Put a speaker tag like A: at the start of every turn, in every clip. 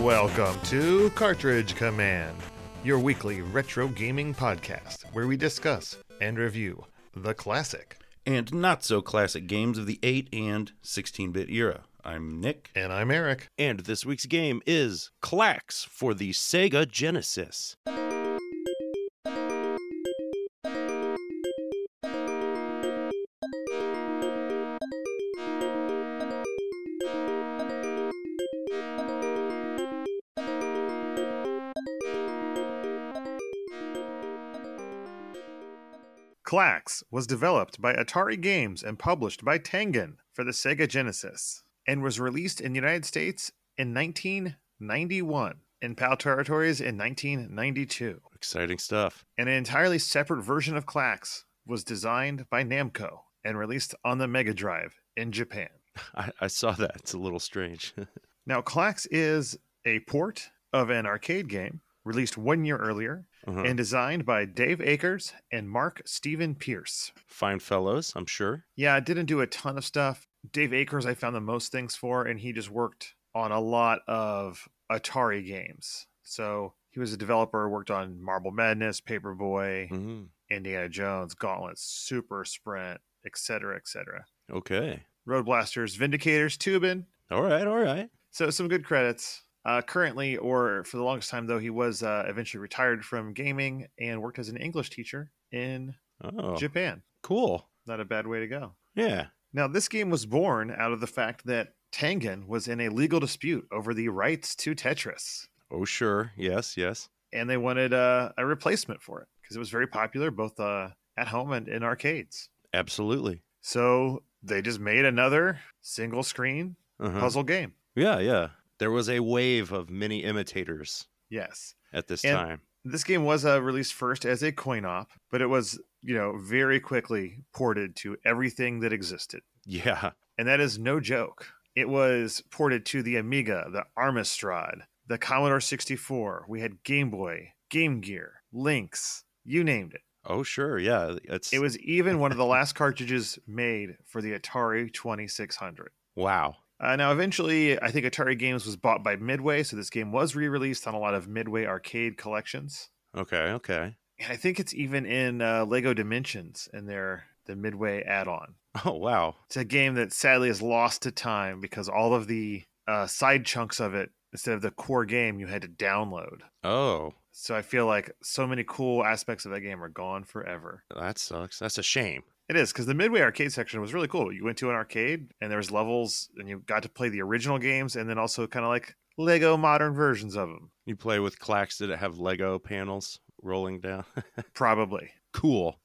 A: Welcome to Cartridge Command, your weekly retro gaming podcast where we discuss and review the classic.
B: and not so classic games of the 8 and 16 bit era. I'm Nick.
A: And I'm Eric.
C: And this week's game is Clax for the Sega Genesis.
A: Clax was developed by Atari Games and published by Tangen for the Sega Genesis and was released in the United States in 1991, in PAL territories in 1992.
C: Exciting stuff.
A: And an entirely separate version of Clax was designed by Namco and released on the Mega Drive in Japan.
C: I, I saw that. It's a little strange.
A: Now, Clax is a port of an arcade game released one year earlier
C: Uh-huh.
A: and designed by Dave Akers and Mark Steven Pierce.
C: Fine fellows, I'm sure.
A: Yeah, I didn't do a ton of stuff. Dave Akers, I found the most things for, and he just worked on a lot of Atari games. So he was a developer, worked on Marble Madness, Paperboy,
C: hmm
A: Indiana Jones, Gauntlet, Super Sprint, etc., etc.
C: Okay.
A: Road Blasters, Vindicators, Tubin.
C: All right. All right.
A: So some good credits. Uh, currently, or for the longest time, though, he was uh, eventually retired from gaming and worked as an English teacher in
C: Oh,
A: Japan.
C: cool.
A: Not a bad way to go.
C: Yeah.
A: Now, this game was born out of the fact that Tangen was in a legal dispute over the rights to Tetris,
C: Oh, sure. Yes. Yes.
A: and they wanted uh, a replacement for it because it was very popular both uh, at home and in arcades.
C: Absolutely.
A: So they just made another single screen
C: Uh-huh.
A: puzzle game.
C: Yeah. Yeah. There was a wave of many imitators
A: Yes.
C: at this
A: And-
C: time.
A: This game was uh, released first as a coin op, but it was, you know, very quickly ported to everything that existed.
C: Yeah.
A: And that is no joke. It was ported to the Amiga, the Armistrad, the Commodore 64. We had Game Boy, Game Gear, Lynx, you named it.
C: Oh, sure. Yeah. It's
A: It was even one of the last cartridges made for the Atari 2600.
C: wow.
A: Uh, now, eventually, I think Atari Games was bought by Midway, so this game was re released on a lot of Midway arcade collections.
C: Okay. Okay.
A: And I think it's even in uh, Lego Dimensions in their the Midway add on.
C: Oh, wow.
A: It's a game that sadly is lost to time because all of the uh, side chunks of it, instead of the core game, you had to download.
C: Oh,
A: So I feel like so many cool aspects of that game are gone forever.
C: that sucks. That's a shame.
A: It is because the Midway arcade section was really cool. You went to an arcade and there was levels, and you got to play the original games, and then also kind of like Lego modern versions of them.
C: You play with clacks that have Lego panels rolling down.
A: Probably.
C: cool.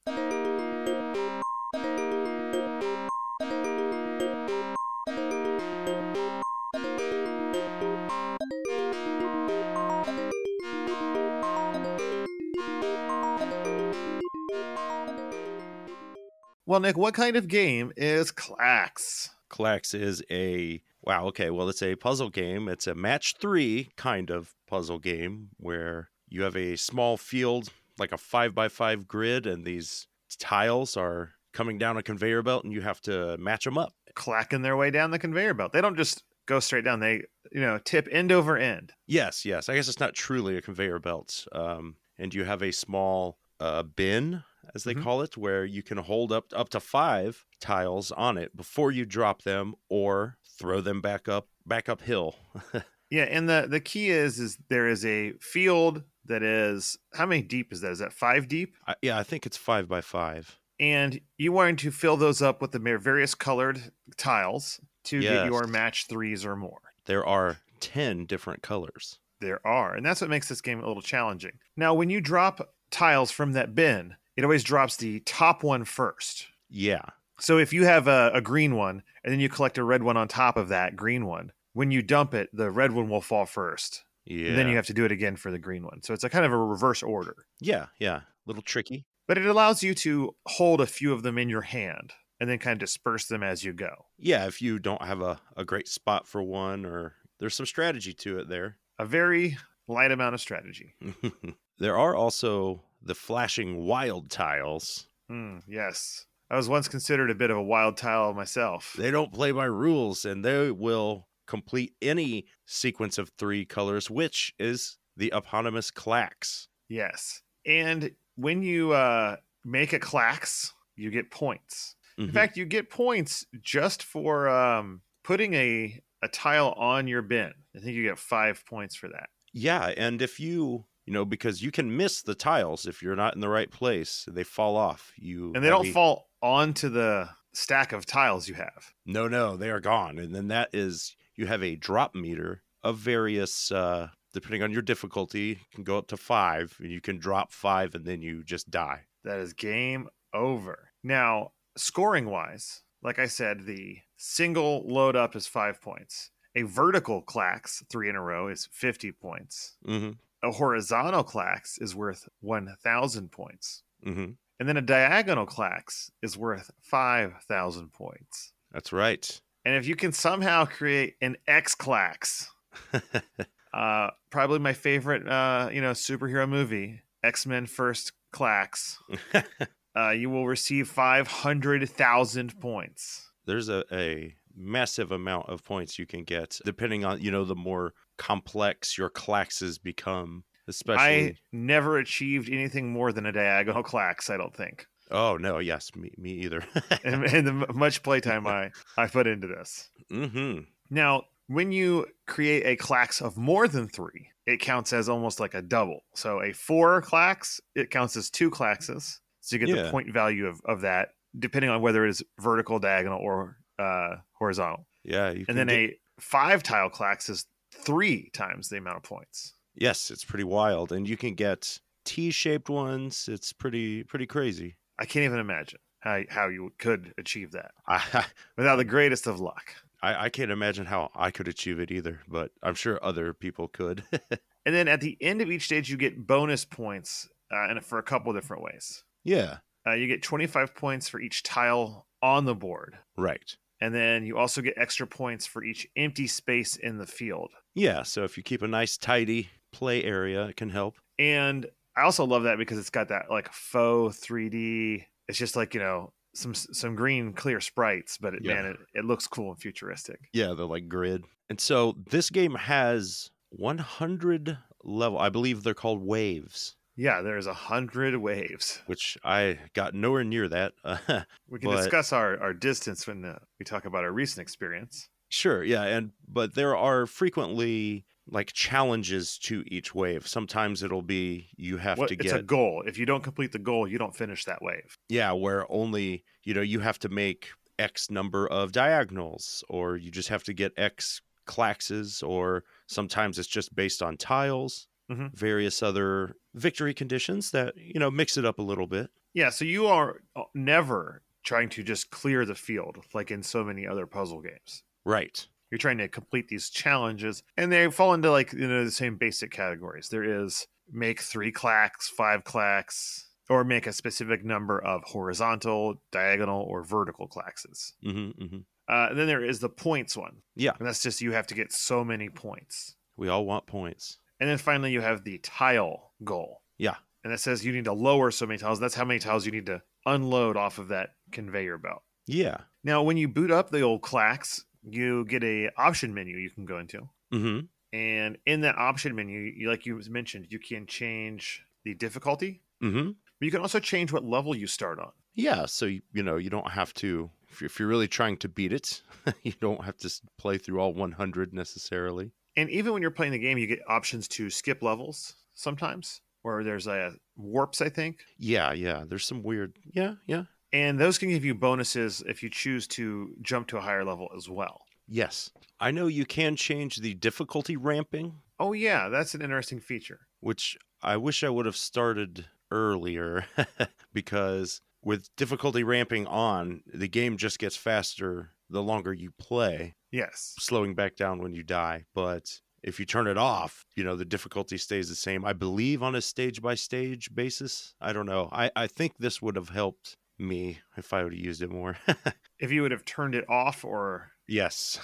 A: Well, Nick, what kind of game is Clax?
C: Clacks is a wow. Okay, well, it's a puzzle game. It's a match three kind of puzzle game where you have a small field, like a five by five grid, and these tiles are coming down a conveyor belt, and you have to match them up.
A: Clacking their way down the conveyor belt. They don't just go straight down. They, you know, tip end over end.
C: Yes, yes. I guess it's not truly a conveyor belt. Um, and you have a small uh, bin, as they
A: Mhm.
C: call it, where you can hold up up to five tiles on it before you drop them or throw them back up back uphill.
A: Yeah, and the the key is is there is a field that is how many deep is that? Is that five deep?
C: I, yeah, I think it's five by five.
A: And you wanting to fill those up with the mer- various colored tiles to get
C: Yes.
A: your match threes or more.
C: There are ten different colors.
A: There are, and that's what makes this game a little challenging. Now, when you drop tiles from that bin, it always drops the top one first.
C: Yeah.
A: So if you have a, a green one and then you collect a red one on top of that green one, when you dump it, the red one will fall first.
C: Yeah.
A: And then you have to do it again for the green one. So it's a kind of a reverse order.
C: yeah, yeah. Little tricky.
A: but it allows you to hold a few of them in your hand and then kind of disperse them as you go.
C: Yeah, if you don't have a, a great spot for one or there's some strategy to it there.
A: A very light amount of strategy.
C: there are also the flashing wild tiles.
A: Mm, yes. I was once considered a bit of a wild tile myself.
C: They don't play by rules and they will complete any sequence of three colors, which is the eponymous clax.
A: Yes. And when you uh, make a clax, you get points.
C: Mhm.
A: In fact, you get points just for um, putting a, a tile on your bin. I think you get five points for that.
C: Yeah, and if you you know because you can miss the tiles if you're not in the right place, they fall off. You
A: And they
C: have
A: don't
C: a-
A: fall onto the stack of tiles you have.
C: No, no, they are gone. And then that is you have a drop meter of various uh depending on your difficulty, you can go up to 5 and you can drop 5 and then you just die.
A: That is game over. Now, scoring wise, like I said, the single load up is five points. A vertical clax, three in a row, is 50 points.
C: Mhm.
A: A horizontal clax is worth 1,000 points.
C: Mhm.
A: And then a diagonal clax is worth 5,000 points.
C: That's right.
A: And if you can somehow create an X clax, uh, probably my favorite, uh, you know, superhero movie, X Men First Clax. uh, you will receive 500,000 points.
C: There's a, a massive amount of points you can get depending on, you know, the more complex your claxes become, especially
A: I never achieved anything more than a diagonal clax, I don't think,
C: Oh no, yes, me, me either.
A: and, and the m- much playtime I, I put into this.
C: mm-hmm.
A: Now, when you create a clax of more than three, it counts as almost like a double. So a four clax, it counts as two claxes. So you get
C: Yeah.
A: the point value of, of that, depending on whether it is vertical, diagonal, or uh, horizontal.
C: Yeah, you
A: And then
C: do-
A: a five tile clax is three times the amount of points.
C: yes, it's pretty wild, and you can get T-shaped ones. It's pretty pretty crazy.
A: I can't even imagine how, how you could achieve that
C: I,
A: without the greatest of luck.
C: I I can't imagine how I could achieve it either, but I'm sure other people could.
A: And then at the end of each stage, you get bonus points uh, and for a couple different ways.
C: yeah,
A: Uh, you get 25 points for each tile on the board.
C: right.
A: And then you also get extra points for each empty space in the field.
C: Yeah, so if you keep a nice tidy play area, it can help.
A: And I also love that because it's got that like faux 3D. It's just like, you know, some some green clear sprites, but it,
C: Yeah.
A: man, it, it looks cool and futuristic.
C: Yeah, the like grid. And so this game has 100 level. I believe they're called waves,
A: Yeah, there's a hundred waves.
C: which I got nowhere near that.
A: We can
C: But-
A: discuss our, our distance when uh, we talk about our recent experience.
C: Sure, yeah, and but there are frequently like challenges to each wave. Sometimes it'll be you have
A: What-
C: to
A: it's
C: get
A: a goal. If you don't complete the goal, you don't finish that wave.
C: yeah, where only you know you have to make X number of diagonals, or you just have to get X claxes, or sometimes it's just based on tiles,
A: Mhm.
C: various other victory conditions that you know mix it up a little bit.
A: Yeah, so you are uh, never trying to just clear the field like in so many other puzzle games.
C: Right.
A: You're trying to complete these challenges, and they fall into like you know the same basic categories. There is make three clacks, five clacks, or make a specific number of horizontal, diagonal, or vertical claxes.
C: hmm hmm
A: Uh, and then there is the points one.
C: Yeah.
A: and that's just you have to get so many points.
C: We all want points.
A: And then finally, you have the tile goal.
C: Yeah.
A: And that says you need to lower so many tiles. That's how many tiles you need to unload off of that conveyor belt.
C: Yeah.
A: Now, when you boot up the old Clax, you get a option menu you can go into.
C: hmm
A: And in that option menu, you, like you mentioned, you can change the difficulty,
C: hmm
A: but you can also change what level you start on.
C: Yeah, so you, you know you don't have to if you're, if you're really trying to beat it, you don't have to s- play through all 100 necessarily.
A: And even when you're playing the game, you get options to skip levels sometimes, or there's a warps, I think.
C: Yeah, yeah. There's some weird. Yeah, yeah.
A: And those can give you bonuses if you choose to jump to a higher level as well.
C: Yes, I know you can change the difficulty ramping,
A: Oh yeah, that's an interesting feature.
C: which I wish I would have started earlier because with difficulty ramping on, the game just gets faster the longer you play.
A: Yes.
C: slowing back down when you die, but if you turn it off, you know, the difficulty stays the same. I believe on a stage by stage basis. I don't know. I, I think this would have helped me if I would have used it more.
A: If you would have turned it off, or
C: yes.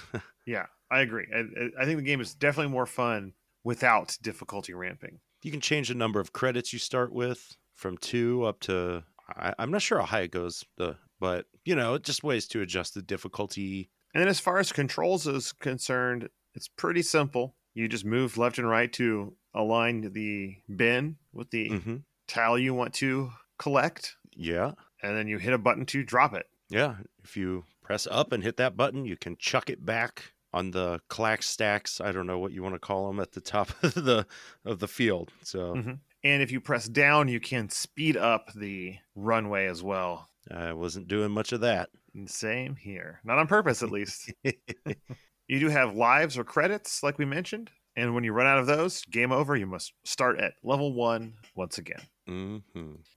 A: yeah, I agree. I, I- I think the game is definitely more fun without difficulty ramping.
C: You can change the number of credits you start with from two up to I, I'm not sure how high it goes, the but you know, it just ways to adjust the difficulty.
A: And then, as far as controls is concerned, It's pretty simple. You just move left and right to align the bin with the
C: hmm
A: tile you want to collect,
C: Yeah.
A: and then you hit a button to drop it.
C: Yeah. If you press up and hit that button, you can chuck it back on the clack stacks. I don't know what you want to call them at the top of the of the field. So
A: Mhm. And if you press down, you can speed up the runway as well.
C: I wasn't doing much of that.
A: And Same here. Not on purpose, at least. you do have lives or credits, like we mentioned. And when you run out of those, game over. You must start at level one once again.
C: hmm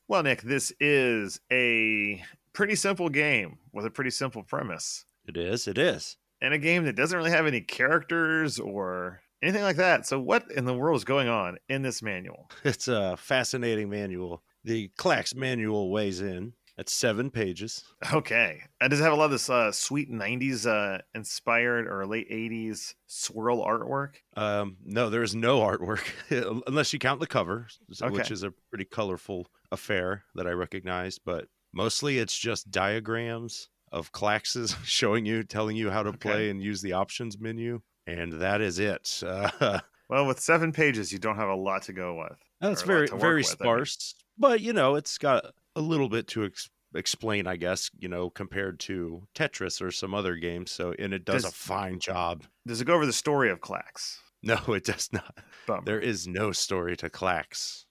A: Well, Nick, this is a pretty simple game with a pretty simple premise,
C: It is. It is.
A: and a game that doesn't really have any characters or anything like that. So, what in the world is going on in this manual?
C: It's a fascinating manual. The Clacks manual weighs in at seven pages.
A: Okay, and does it have a lot of this uh, sweet '90s uh, inspired or late '80s swirl artwork?
C: Um, no, there is no artwork unless you count the cover, s- which
A: Okay.
C: is a pretty colorful affair that I recognized. But mostly, it's just diagrams of Claxes showing you, telling you how to
A: Okay.
C: play and use the options menu, and that is it. Uh,
A: Well, with seven pages, you don't have a lot to go with.
C: that's
A: Or a lot
C: very,
A: to work
C: very
A: with, I mean.
C: sparse. But you know, it's got a little bit to ex- explain, I guess. You know, compared to Tetris or some other games. So, and it does,
A: Does-
C: a fine job.
A: Does it go over the story of Clax?
C: No, it does not.
A: Bummer.
C: There is no story to Clax.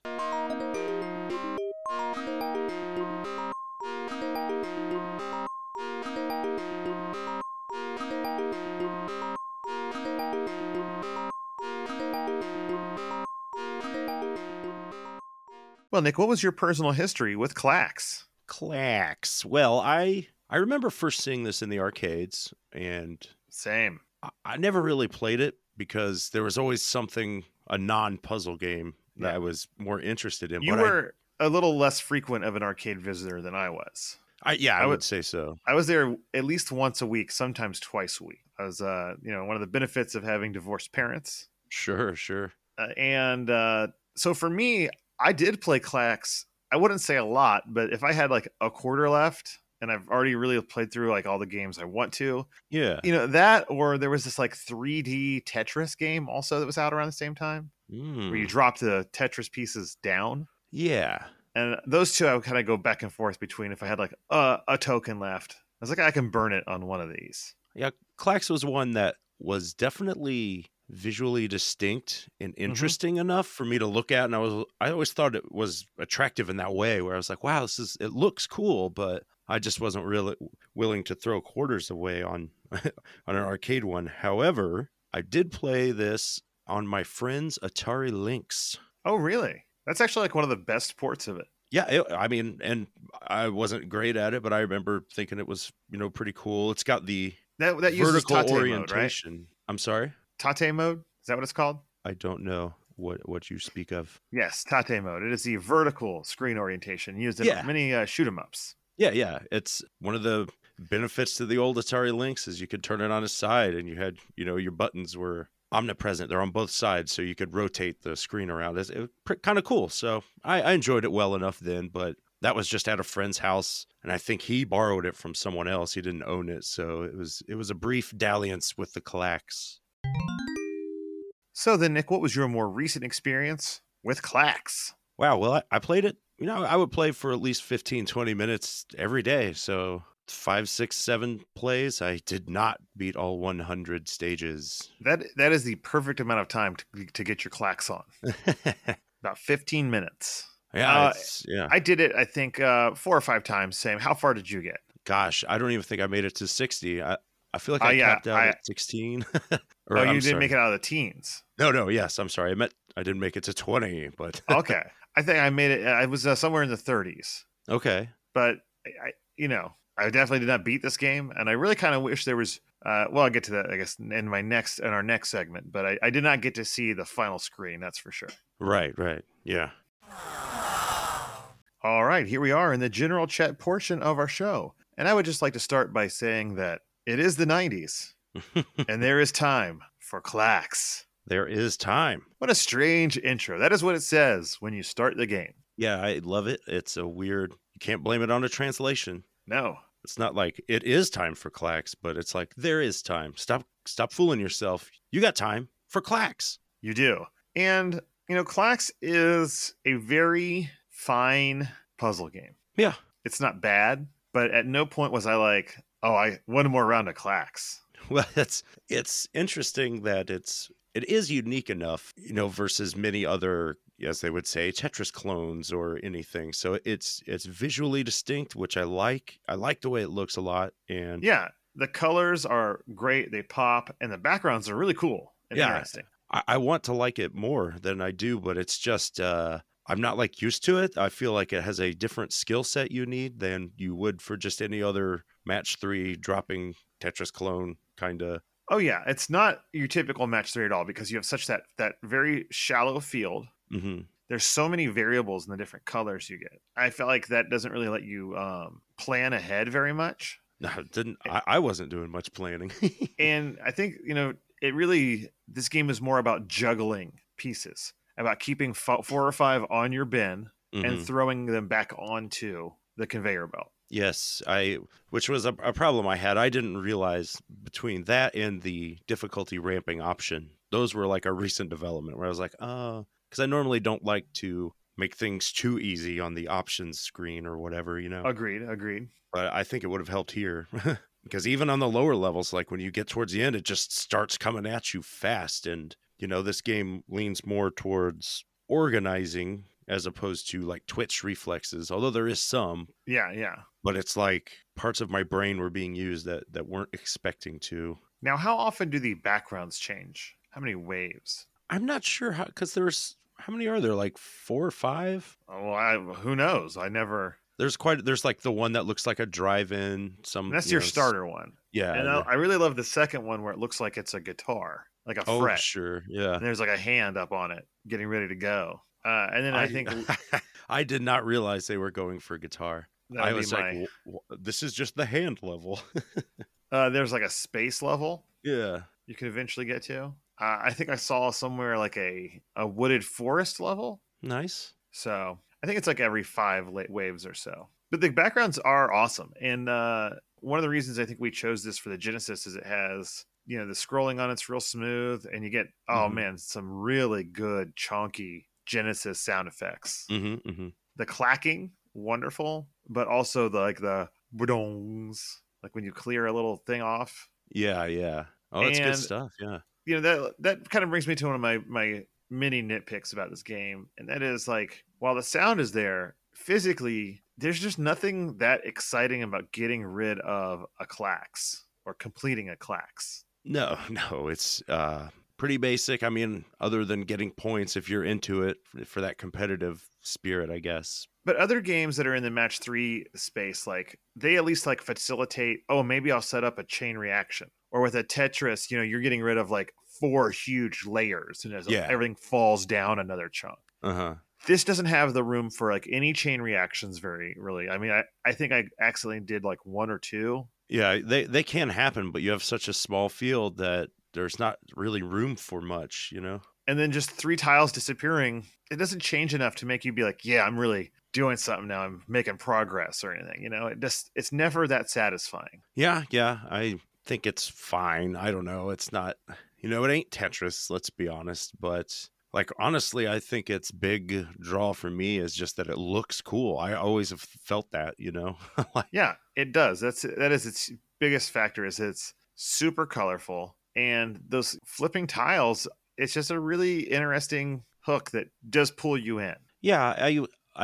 A: Well, Nick, what was your personal history with Clax?
C: Clacks. Well, I I remember first seeing this in the arcades, and
A: Same.
C: I, I never really played it because there was always something a non puzzle game that
A: Yeah.
C: I was more interested in.
A: You
C: but I-
A: were a little less frequent of an arcade visitor than I was.
C: I, yeah, I,
A: I
C: would,
A: would-
C: say so.
A: I was there at least once a week, sometimes twice a week. I was, uh, you know, one of the benefits of having divorced parents.
C: Sure, sure.
A: Uh, and uh, so for me, I did play Clax. I wouldn't say a lot, but if I had like a quarter left and I've already really played through like all the games I want to,
C: Yeah.
A: you know, that or there was this like 3D Tetris game also that was out around the same time where you
C: Mm,
A: drop the Tetris pieces down.
C: yeah.
A: and those two I would kind of go back and forth between if I had like a, a token left. I was like, I can burn it on one of these.
C: Yeah. Clax was one that was definitely visually distinct and
A: Mm-hmm.
C: interesting enough for me to look at and I was I always thought it was attractive in that way where I was like wow this is it looks cool but I just wasn't really willing to throw quarters away on on an arcade one however I did play this on my friend's Atari Lynx
A: Oh, really? That's actually like one of the best ports of it.
C: yeah it, I mean and I wasn't great at it but I remember thinking it was you know pretty cool it's got the
A: That that uses
C: vertical
A: tate mode, right?
C: orientation I'm sorry
A: Tate mode is that what it's called?
C: I don't know what what you speak of.
A: Yes, tate mode. It is the vertical screen orientation used in
C: Yeah.
A: many uh, shoot 'em ups.
C: Yeah, yeah. It's one of the benefits to the old Atari Lynx is you could turn it on its side and you had, you know, your buttons were omnipresent. They're on both sides, so you could rotate the screen around. It's it, kind of cool. So I, I enjoyed it well enough then, but that was just at a friend's house, and I think he borrowed it from someone else. He didn't own it, so it was it was a brief dalliance with the clacks.
A: So then, Nick, what was your more recent experience with Clax?
C: Wow. Well, I, I played it, you know, I would play for at least 15, 20 minutes every day. So five, six, seven plays. I did not beat all 100 stages.
A: That that is the perfect amount of time to, to get your Clax on.
C: yeah.
A: About fifteen minutes. Uh,
C: it's- yeah.
A: I did it, I think, uh, four or five times. Same. How far did you get?
C: Gosh, I don't even think I made it to 60. I, I feel like
A: Oh,
C: I
A: yeah,
C: capped out
A: I-
C: at 16.
A: Oh, you didn't make it out of the teens.
C: No, no. Yes. I'm sorry. I meant I didn't make it to 20, but
A: Okay, I think I made it. I was uh, somewhere in the 30s,
C: okay.
A: but I, I, you know, I definitely did not beat this game, and I really kind of wish there was. Uh, well, I'll get to that, I guess, in my next in our next segment. But I, I did not get to see the final screen. That's for sure.
C: Right, right. Yeah.
A: All right, here we are in the general chat portion of our show, and I would just like to start by saying that it is the 90s, and there is time for clacks.
C: there is time.
A: What a strange intro. That is what it says when you start the game.
C: Yeah. I love it. It's a weird, you can't blame it on a translation.
A: No,
C: It's not like it is time for clacks, but it's like there is time. Stop Stop fooling yourself. You got time for clacks.
A: You do. And, you know, Clax is a very fine puzzle game.
C: Yeah.
A: It's not bad, but at no point was I like, oh, I one more round of Clax.
C: Well, it's it's interesting that it's it is unique enough, you know, versus many other, as they would say, Tetris clones or anything. So it's it's visually distinct, which I like. I like the way it looks a lot, and
A: Yeah, the colors are great. They pop, and the backgrounds are really cool and
C: Yeah.
A: interesting.
C: I, I want to like it more than I do, but it's just uh, I'm not like used to it. I feel like it has a different skill set you need than you would for just any other match three dropping Tetris clone kind of.
A: Oh yeah, it's not your typical match three at all because you have such that that very shallow field.
C: hmm
A: There's so many variables in the different colors you get. I felt like that doesn't really let you um, plan ahead very much.
C: No, it didn't I, I wasn't doing much planning.
A: And I think you know it really. This game is more about juggling pieces, about keeping fo- four or five on your bin
C: Mhm.
A: and throwing them back onto the conveyor belt.
C: Yes, I which was a, a problem I had. I didn't realize between that and the difficulty ramping option. Those were like a recent development where I was like, "Oh, cuz I normally don't like to make things too easy on the options screen or whatever, you know."
A: Agreed. Agreed.
C: But I think it would have helped here. because even on the lower levels like when you get towards the end it just starts coming at you fast and you know this game leans more towards organizing as opposed to like twitch reflexes although there is some
A: Yeah. Yeah.
C: but it's like parts of my brain were being used that that weren't expecting to.
A: Now, how often do the backgrounds change? How many waves?
C: I'm not sure how because there's how many are there like four or five.
A: Oh, I, who knows? I never.
C: There's quite there's like the one that looks like a drive-in. Some
A: That's
C: you
A: your
C: know, s-
A: starter one,
C: Mm, Yeah,
A: and I, I really love the second one where it looks like it's a guitar, like a
C: oh
A: fret,
C: sure, yeah.
A: and there's like a hand up on it, getting ready to go. Uh, and then I, think
C: I did not realize they were going for guitar. I
A: would
C: was
A: be
C: like,
A: my-
C: "Wh- wh- this is just the hand level.
A: uh, there's like a space level
C: yeah,
A: you could eventually get to. Uh, I think I saw somewhere like a a wooded forest level.
C: nice.
A: So I think it's like every five late waves or so. But the backgrounds are awesome, and uh, one of the reasons I think we chose this for the Genesis is it has you know the scrolling on it's real smooth, and you get oh
C: Mhm.
A: man some really good chunky Genesis sound effects.
C: Mm-hmm, mm-hmm.
A: The clacking wonderful, but also the like the budongs like when you clear a little thing off.
C: Yeah, yeah. Oh, that's
A: And-
C: good stuff. Yeah.
A: You know that that kind of brings me to one of my my mini nitpicks about this game, and that is like while the sound is there, physically there's just nothing that exciting about getting rid of a clax or completing a clax.
C: No, no, it's uh, pretty basic. I mean, other than getting points if you're into it f- for that competitive spirit, I guess.
A: But other games that are in the match three space, like they at least like facilitate. Oh, maybe I'll set up a chain reaction. Or with a Tetris, you know, you're getting rid of like four huge layers, and as
C: Yeah.
A: everything falls down another chunk.
C: Uh huh.
A: this doesn't have the room for like any chain reactions very really i mean i, I think i accidentally did like one or two
C: Yeah, they they can happen, but you have such a small field that there's not really room for much. You know.
A: and then just three tiles disappearing it doesn't change enough to make you be like yeah i'm really doing something now i'm making progress or anything you know it just it's never that satisfying
C: Yeah, yeah. I think it's fine. I don't know. It's not. You know, it ain't Tetris. Let's be honest, but. Like honestly, I think its big draw for me is just that it looks cool. I always have felt that, you know. like,
A: yeah it does that's that is its biggest factor is it's super colorful and those flipping tiles it's just a really interesting hook that does pull you in
C: Yeah, I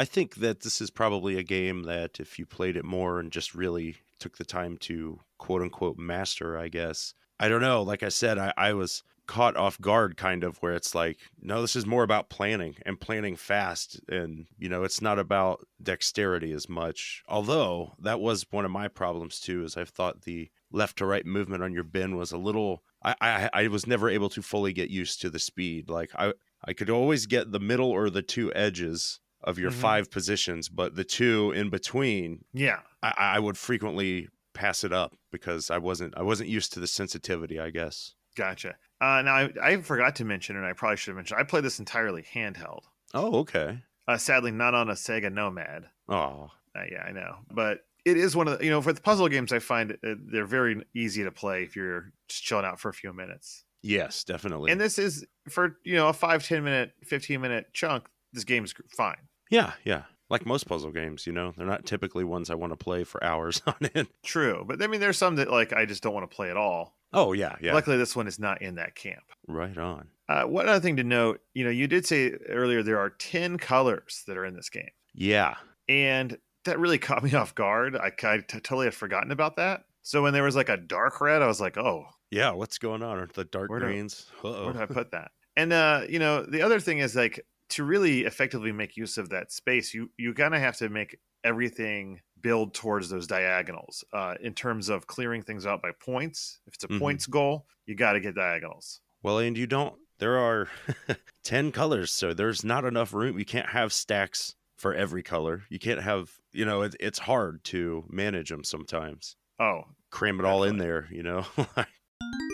C: I think that this is probably a game that if you played it more and just really took the time to quote unquote master, I guess. I don't know. Like I said, I, I was caught off guard kind of where it's like, no, this is more about planning and planning fast and you know, it's not about dexterity as much. Although that was one of my problems too, is I've thought the left to right movement on your bin was a little I, I I was never able to fully get used to the speed. Like I I could always get the middle or the two edges of your
A: Mhm.
C: five positions, but the two in between,
A: yeah
C: I, I would frequently pass it up because I wasn't I wasn't used to the sensitivity, I guess.
A: Gotcha. Uh, now I, I forgot to mention, and I probably should have mentioned, I play this entirely handheld.
C: Oh, okay.
A: Uh, sadly, not on a Sega Nomad.
C: Oh,
A: Uh, yeah, I know, but it is one of the, you know for the puzzle games I find uh, they're very easy to play if you're just chilling out for a few minutes.
C: Yes, definitely.
A: And this is for you know a five ten minute fifteen minute chunk. This game's fine.
C: yeah, yeah. Like most puzzle games, you know, they're not typically ones I want to play for hours on end.
A: True, but I mean there's some that like I just don't want to play at all.
C: Oh yeah, yeah.
A: Luckily, this one is not in that camp.
C: right on.
A: Uh, one other thing to note, you know, you did say earlier there are ten colors that are in this game,
C: Yeah.
A: and that really caught me off guard. I, I t- totally had forgotten about that. So when there was like a dark red, I was like, oh,
C: Yeah, what's going on? Are the dark
A: Where do-
C: greens?
A: Where did I
C: Uh-oh.
A: put that? And uh, you know, the other thing is like to really effectively make use of that space, you you kind of have to make everything build towards those diagonals uh, in terms of clearing things out by points. If it's a
C: Mhm.
A: points goal, you got to get diagonals.
C: Well, and you don't. There are 10 colors, so there's not enough room. You can't have stacks for every color. You can't have, you know, it, it's hard to manage them sometimes.
A: Oh,
C: Cram it all in there, you know?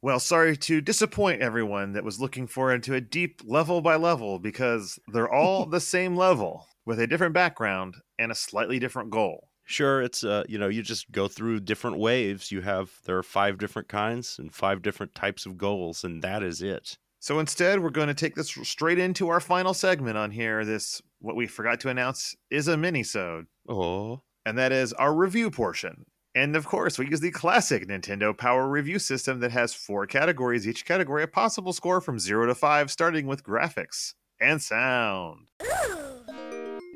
A: well, sorry to disappoint everyone that was looking for into a deep level by level because they're all the same level with a different background and a slightly different goal.
C: sure, it's, uh, you know, you just go through different waves. You have, there are five different kinds and five different types of goals, and that is it.
A: So instead, we're going to take this straight into our final segment on here. This what we forgot to announce is a mini-sode,
C: Oh,
A: and that is our review portion. And of course, we use the classic Nintendo Power Review system that has four categories, each category a possible score from 0 to 5 starting with graphics and sound.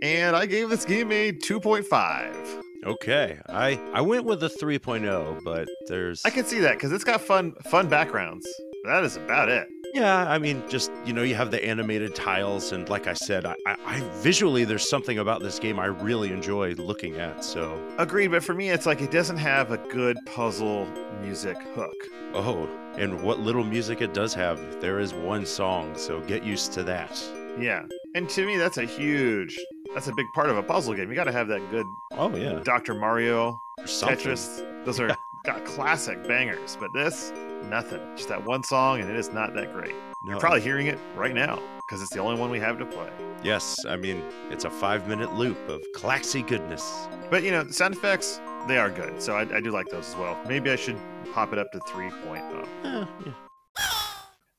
A: And I gave this game a 2.5.
C: okay. I, I went with a 3.0, but there's.
A: I can see that cuz it's got fun fun backgrounds. That is about it.
C: Yeah, I mean, just you know, you have the animated tiles, and like I said, I, I, I visually there's something about this game I really enjoy looking at. So,
A: Agreed, but for me it's like it doesn't have a good puzzle music hook.
C: oh, and what little music it does have, there is one song, so get used to that.
A: Yeah. And to me, that's a huge, that's a big part of a puzzle game. You got to have that good
C: Oh yeah,
A: Dr. Mario,
C: or something.
A: Tetris. Those are got classic bangers, but this, nothing. Just that one song, and it is not that great.
C: No.
A: You're probably hearing it right now because it's the only one we have to play.
C: yes. I mean, it's a five-minute loop of classy goodness.
A: But you know, sound effects, they are good. So I, I do like those as well. Maybe I should pop it up to 3.0.
C: Eh, yeah.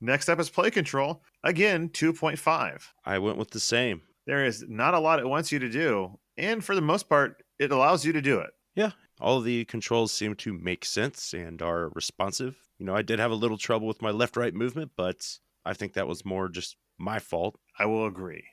A: Next up is Play Control. Again, 2.5.
C: I went with the same.
A: There is not a lot it wants you to do. And for the most part, it allows you to do it.
C: All the controls seem to make sense and are responsive. You know, I did have a little trouble with my left right movement, but I think that was more just my fault.
A: I will agree.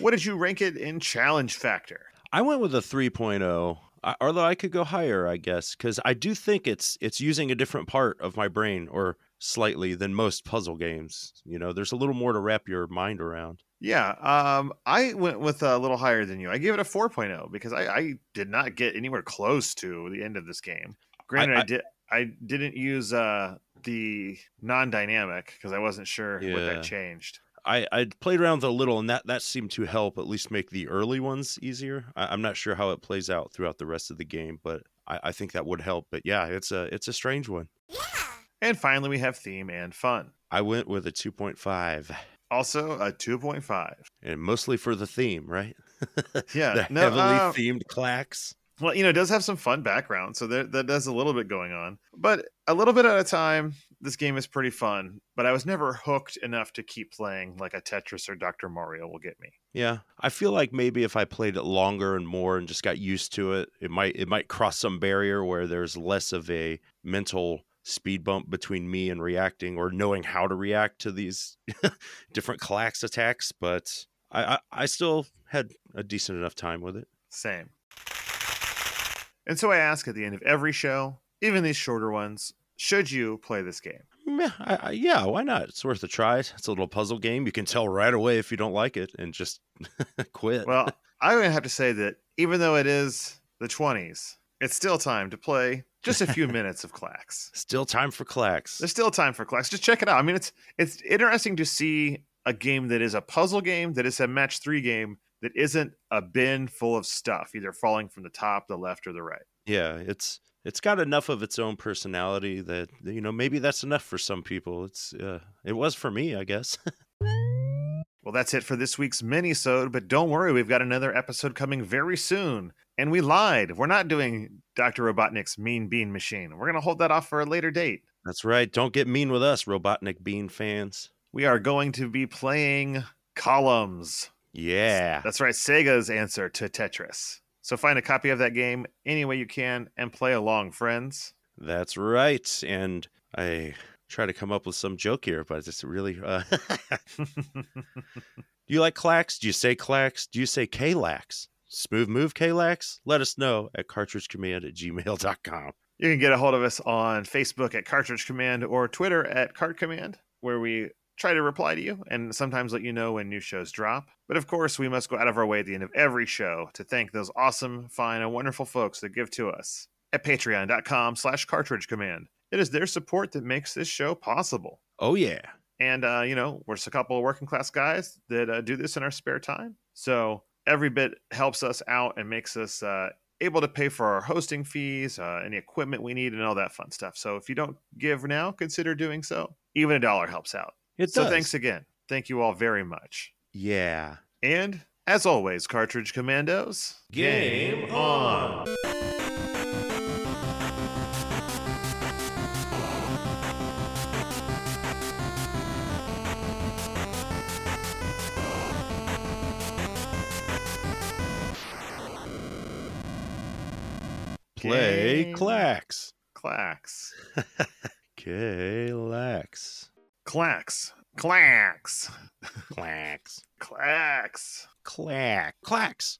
A: what did you rank it in challenge factor?
C: I went with a 3.0, I, uh, although I could go higher, I guess, because I do think it's it's using a different part of my brain or slightly than most puzzle games. You know, there's a little more to wrap your mind around.
A: Yeah, um, I went with a little higher than you. I gave it a 4.0 because I, I did not get anywhere close to the end of this game. Granted, I,
C: I-
A: did I didn't use uh, the non-dynamic because I wasn't sure what
C: Yeah.
A: that changed.
C: I, I played around with it a little, and that, that seemed to help at least make the early ones easier. I, I'm not sure how it plays out throughout the rest of the game, but I, I think that would help. But yeah, it's a it's a strange one.
A: And finally, we have theme and fun.
C: I went with a 2.5,
A: Also, a 2.5.
C: and mostly for the theme, right?
A: Yeah,
C: the
A: no,
C: heavily
A: uh,
C: themed clacks.
A: Well, you know, it does have some fun background, so there that does a little bit going on. But a little bit at a time, this game is pretty fun. But I was never hooked enough to keep playing like a Tetris or Dr. Mario will get me.
C: Yeah, I feel like maybe if I played it longer and more and just got used to it, it might it might cross some barrier where there's less of a mental speed bump between me and reacting or knowing how to react to these different clax attacks. But I, I I still had a decent enough time with it.
A: Same. And so I ask at the end of every show, even these shorter ones, should you play this game?
C: Meh, I, I, yeah, why not? It's worth a try. It's a little puzzle game. You can tell right away if you don't like it and just quit.
A: Well, I'm gonna have to say that even though it is the 20s, it's still time to play just a few minutes of Clacks.
C: Still time for clacks.
A: There's still time for class. Just check it out. I mean, it's it's interesting to see a game that is a puzzle game, that is a match three game, that isn't a bin full of stuff, either falling from the top, the left, or the right.
C: yeah it's it's got enough of its own personality that you know maybe that's enough for some people it's uh, it was for me i guess
A: Well, that's it for this week's mini-sode, but don't worry, we've got another episode coming very soon. And we lied. We're not doing Dr. Robotnik's Mean Bean Machine. We're going to hold that off for a later date.
C: That's right. Don't get mean with us, Robotnik Bean fans.
A: We are going to be playing Columns.
C: Yeah.
A: That's right, Sega's answer to Tetris. So find a copy of that game any way you can and play along, friends.
C: That's right. And I try to come up with some joke here, but it's really. Uh, Do you like clacks? Do you say clacks? Do you say Klax? Smooth move Klax? Let us know at cartridgecommand at gmail.com.
A: You can get a hold of us on Facebook at Cartridge Command or Twitter at Cart Command, where we try to reply to you and sometimes let you know when new shows drop. But of course, we must go out of our way at the end of every show to thank those awesome, fine, and wonderful folks that give to us at patreon.com slash cartridge command. It is their support that makes this show possible.
C: Oh, yeah.
A: And, uh, you know, we're just a couple of working class guys that uh, do this in our spare time. So every bit helps us out and makes us uh, able to pay for our hosting fees, uh, any equipment we need, and all that fun stuff. So if you don't give now, consider doing so. Even a dollar helps out.
C: It
A: so
C: does.
A: thanks again. Thank you all very much.
C: Yeah.
A: And as always, Cartridge Commandos.
B: Game on.
C: Play
A: Game
C: clacks.
A: Clacks.
C: Klax.
A: Clacks. Clacks.
C: Clacks.
A: Clacks.
C: Clack. Clacks.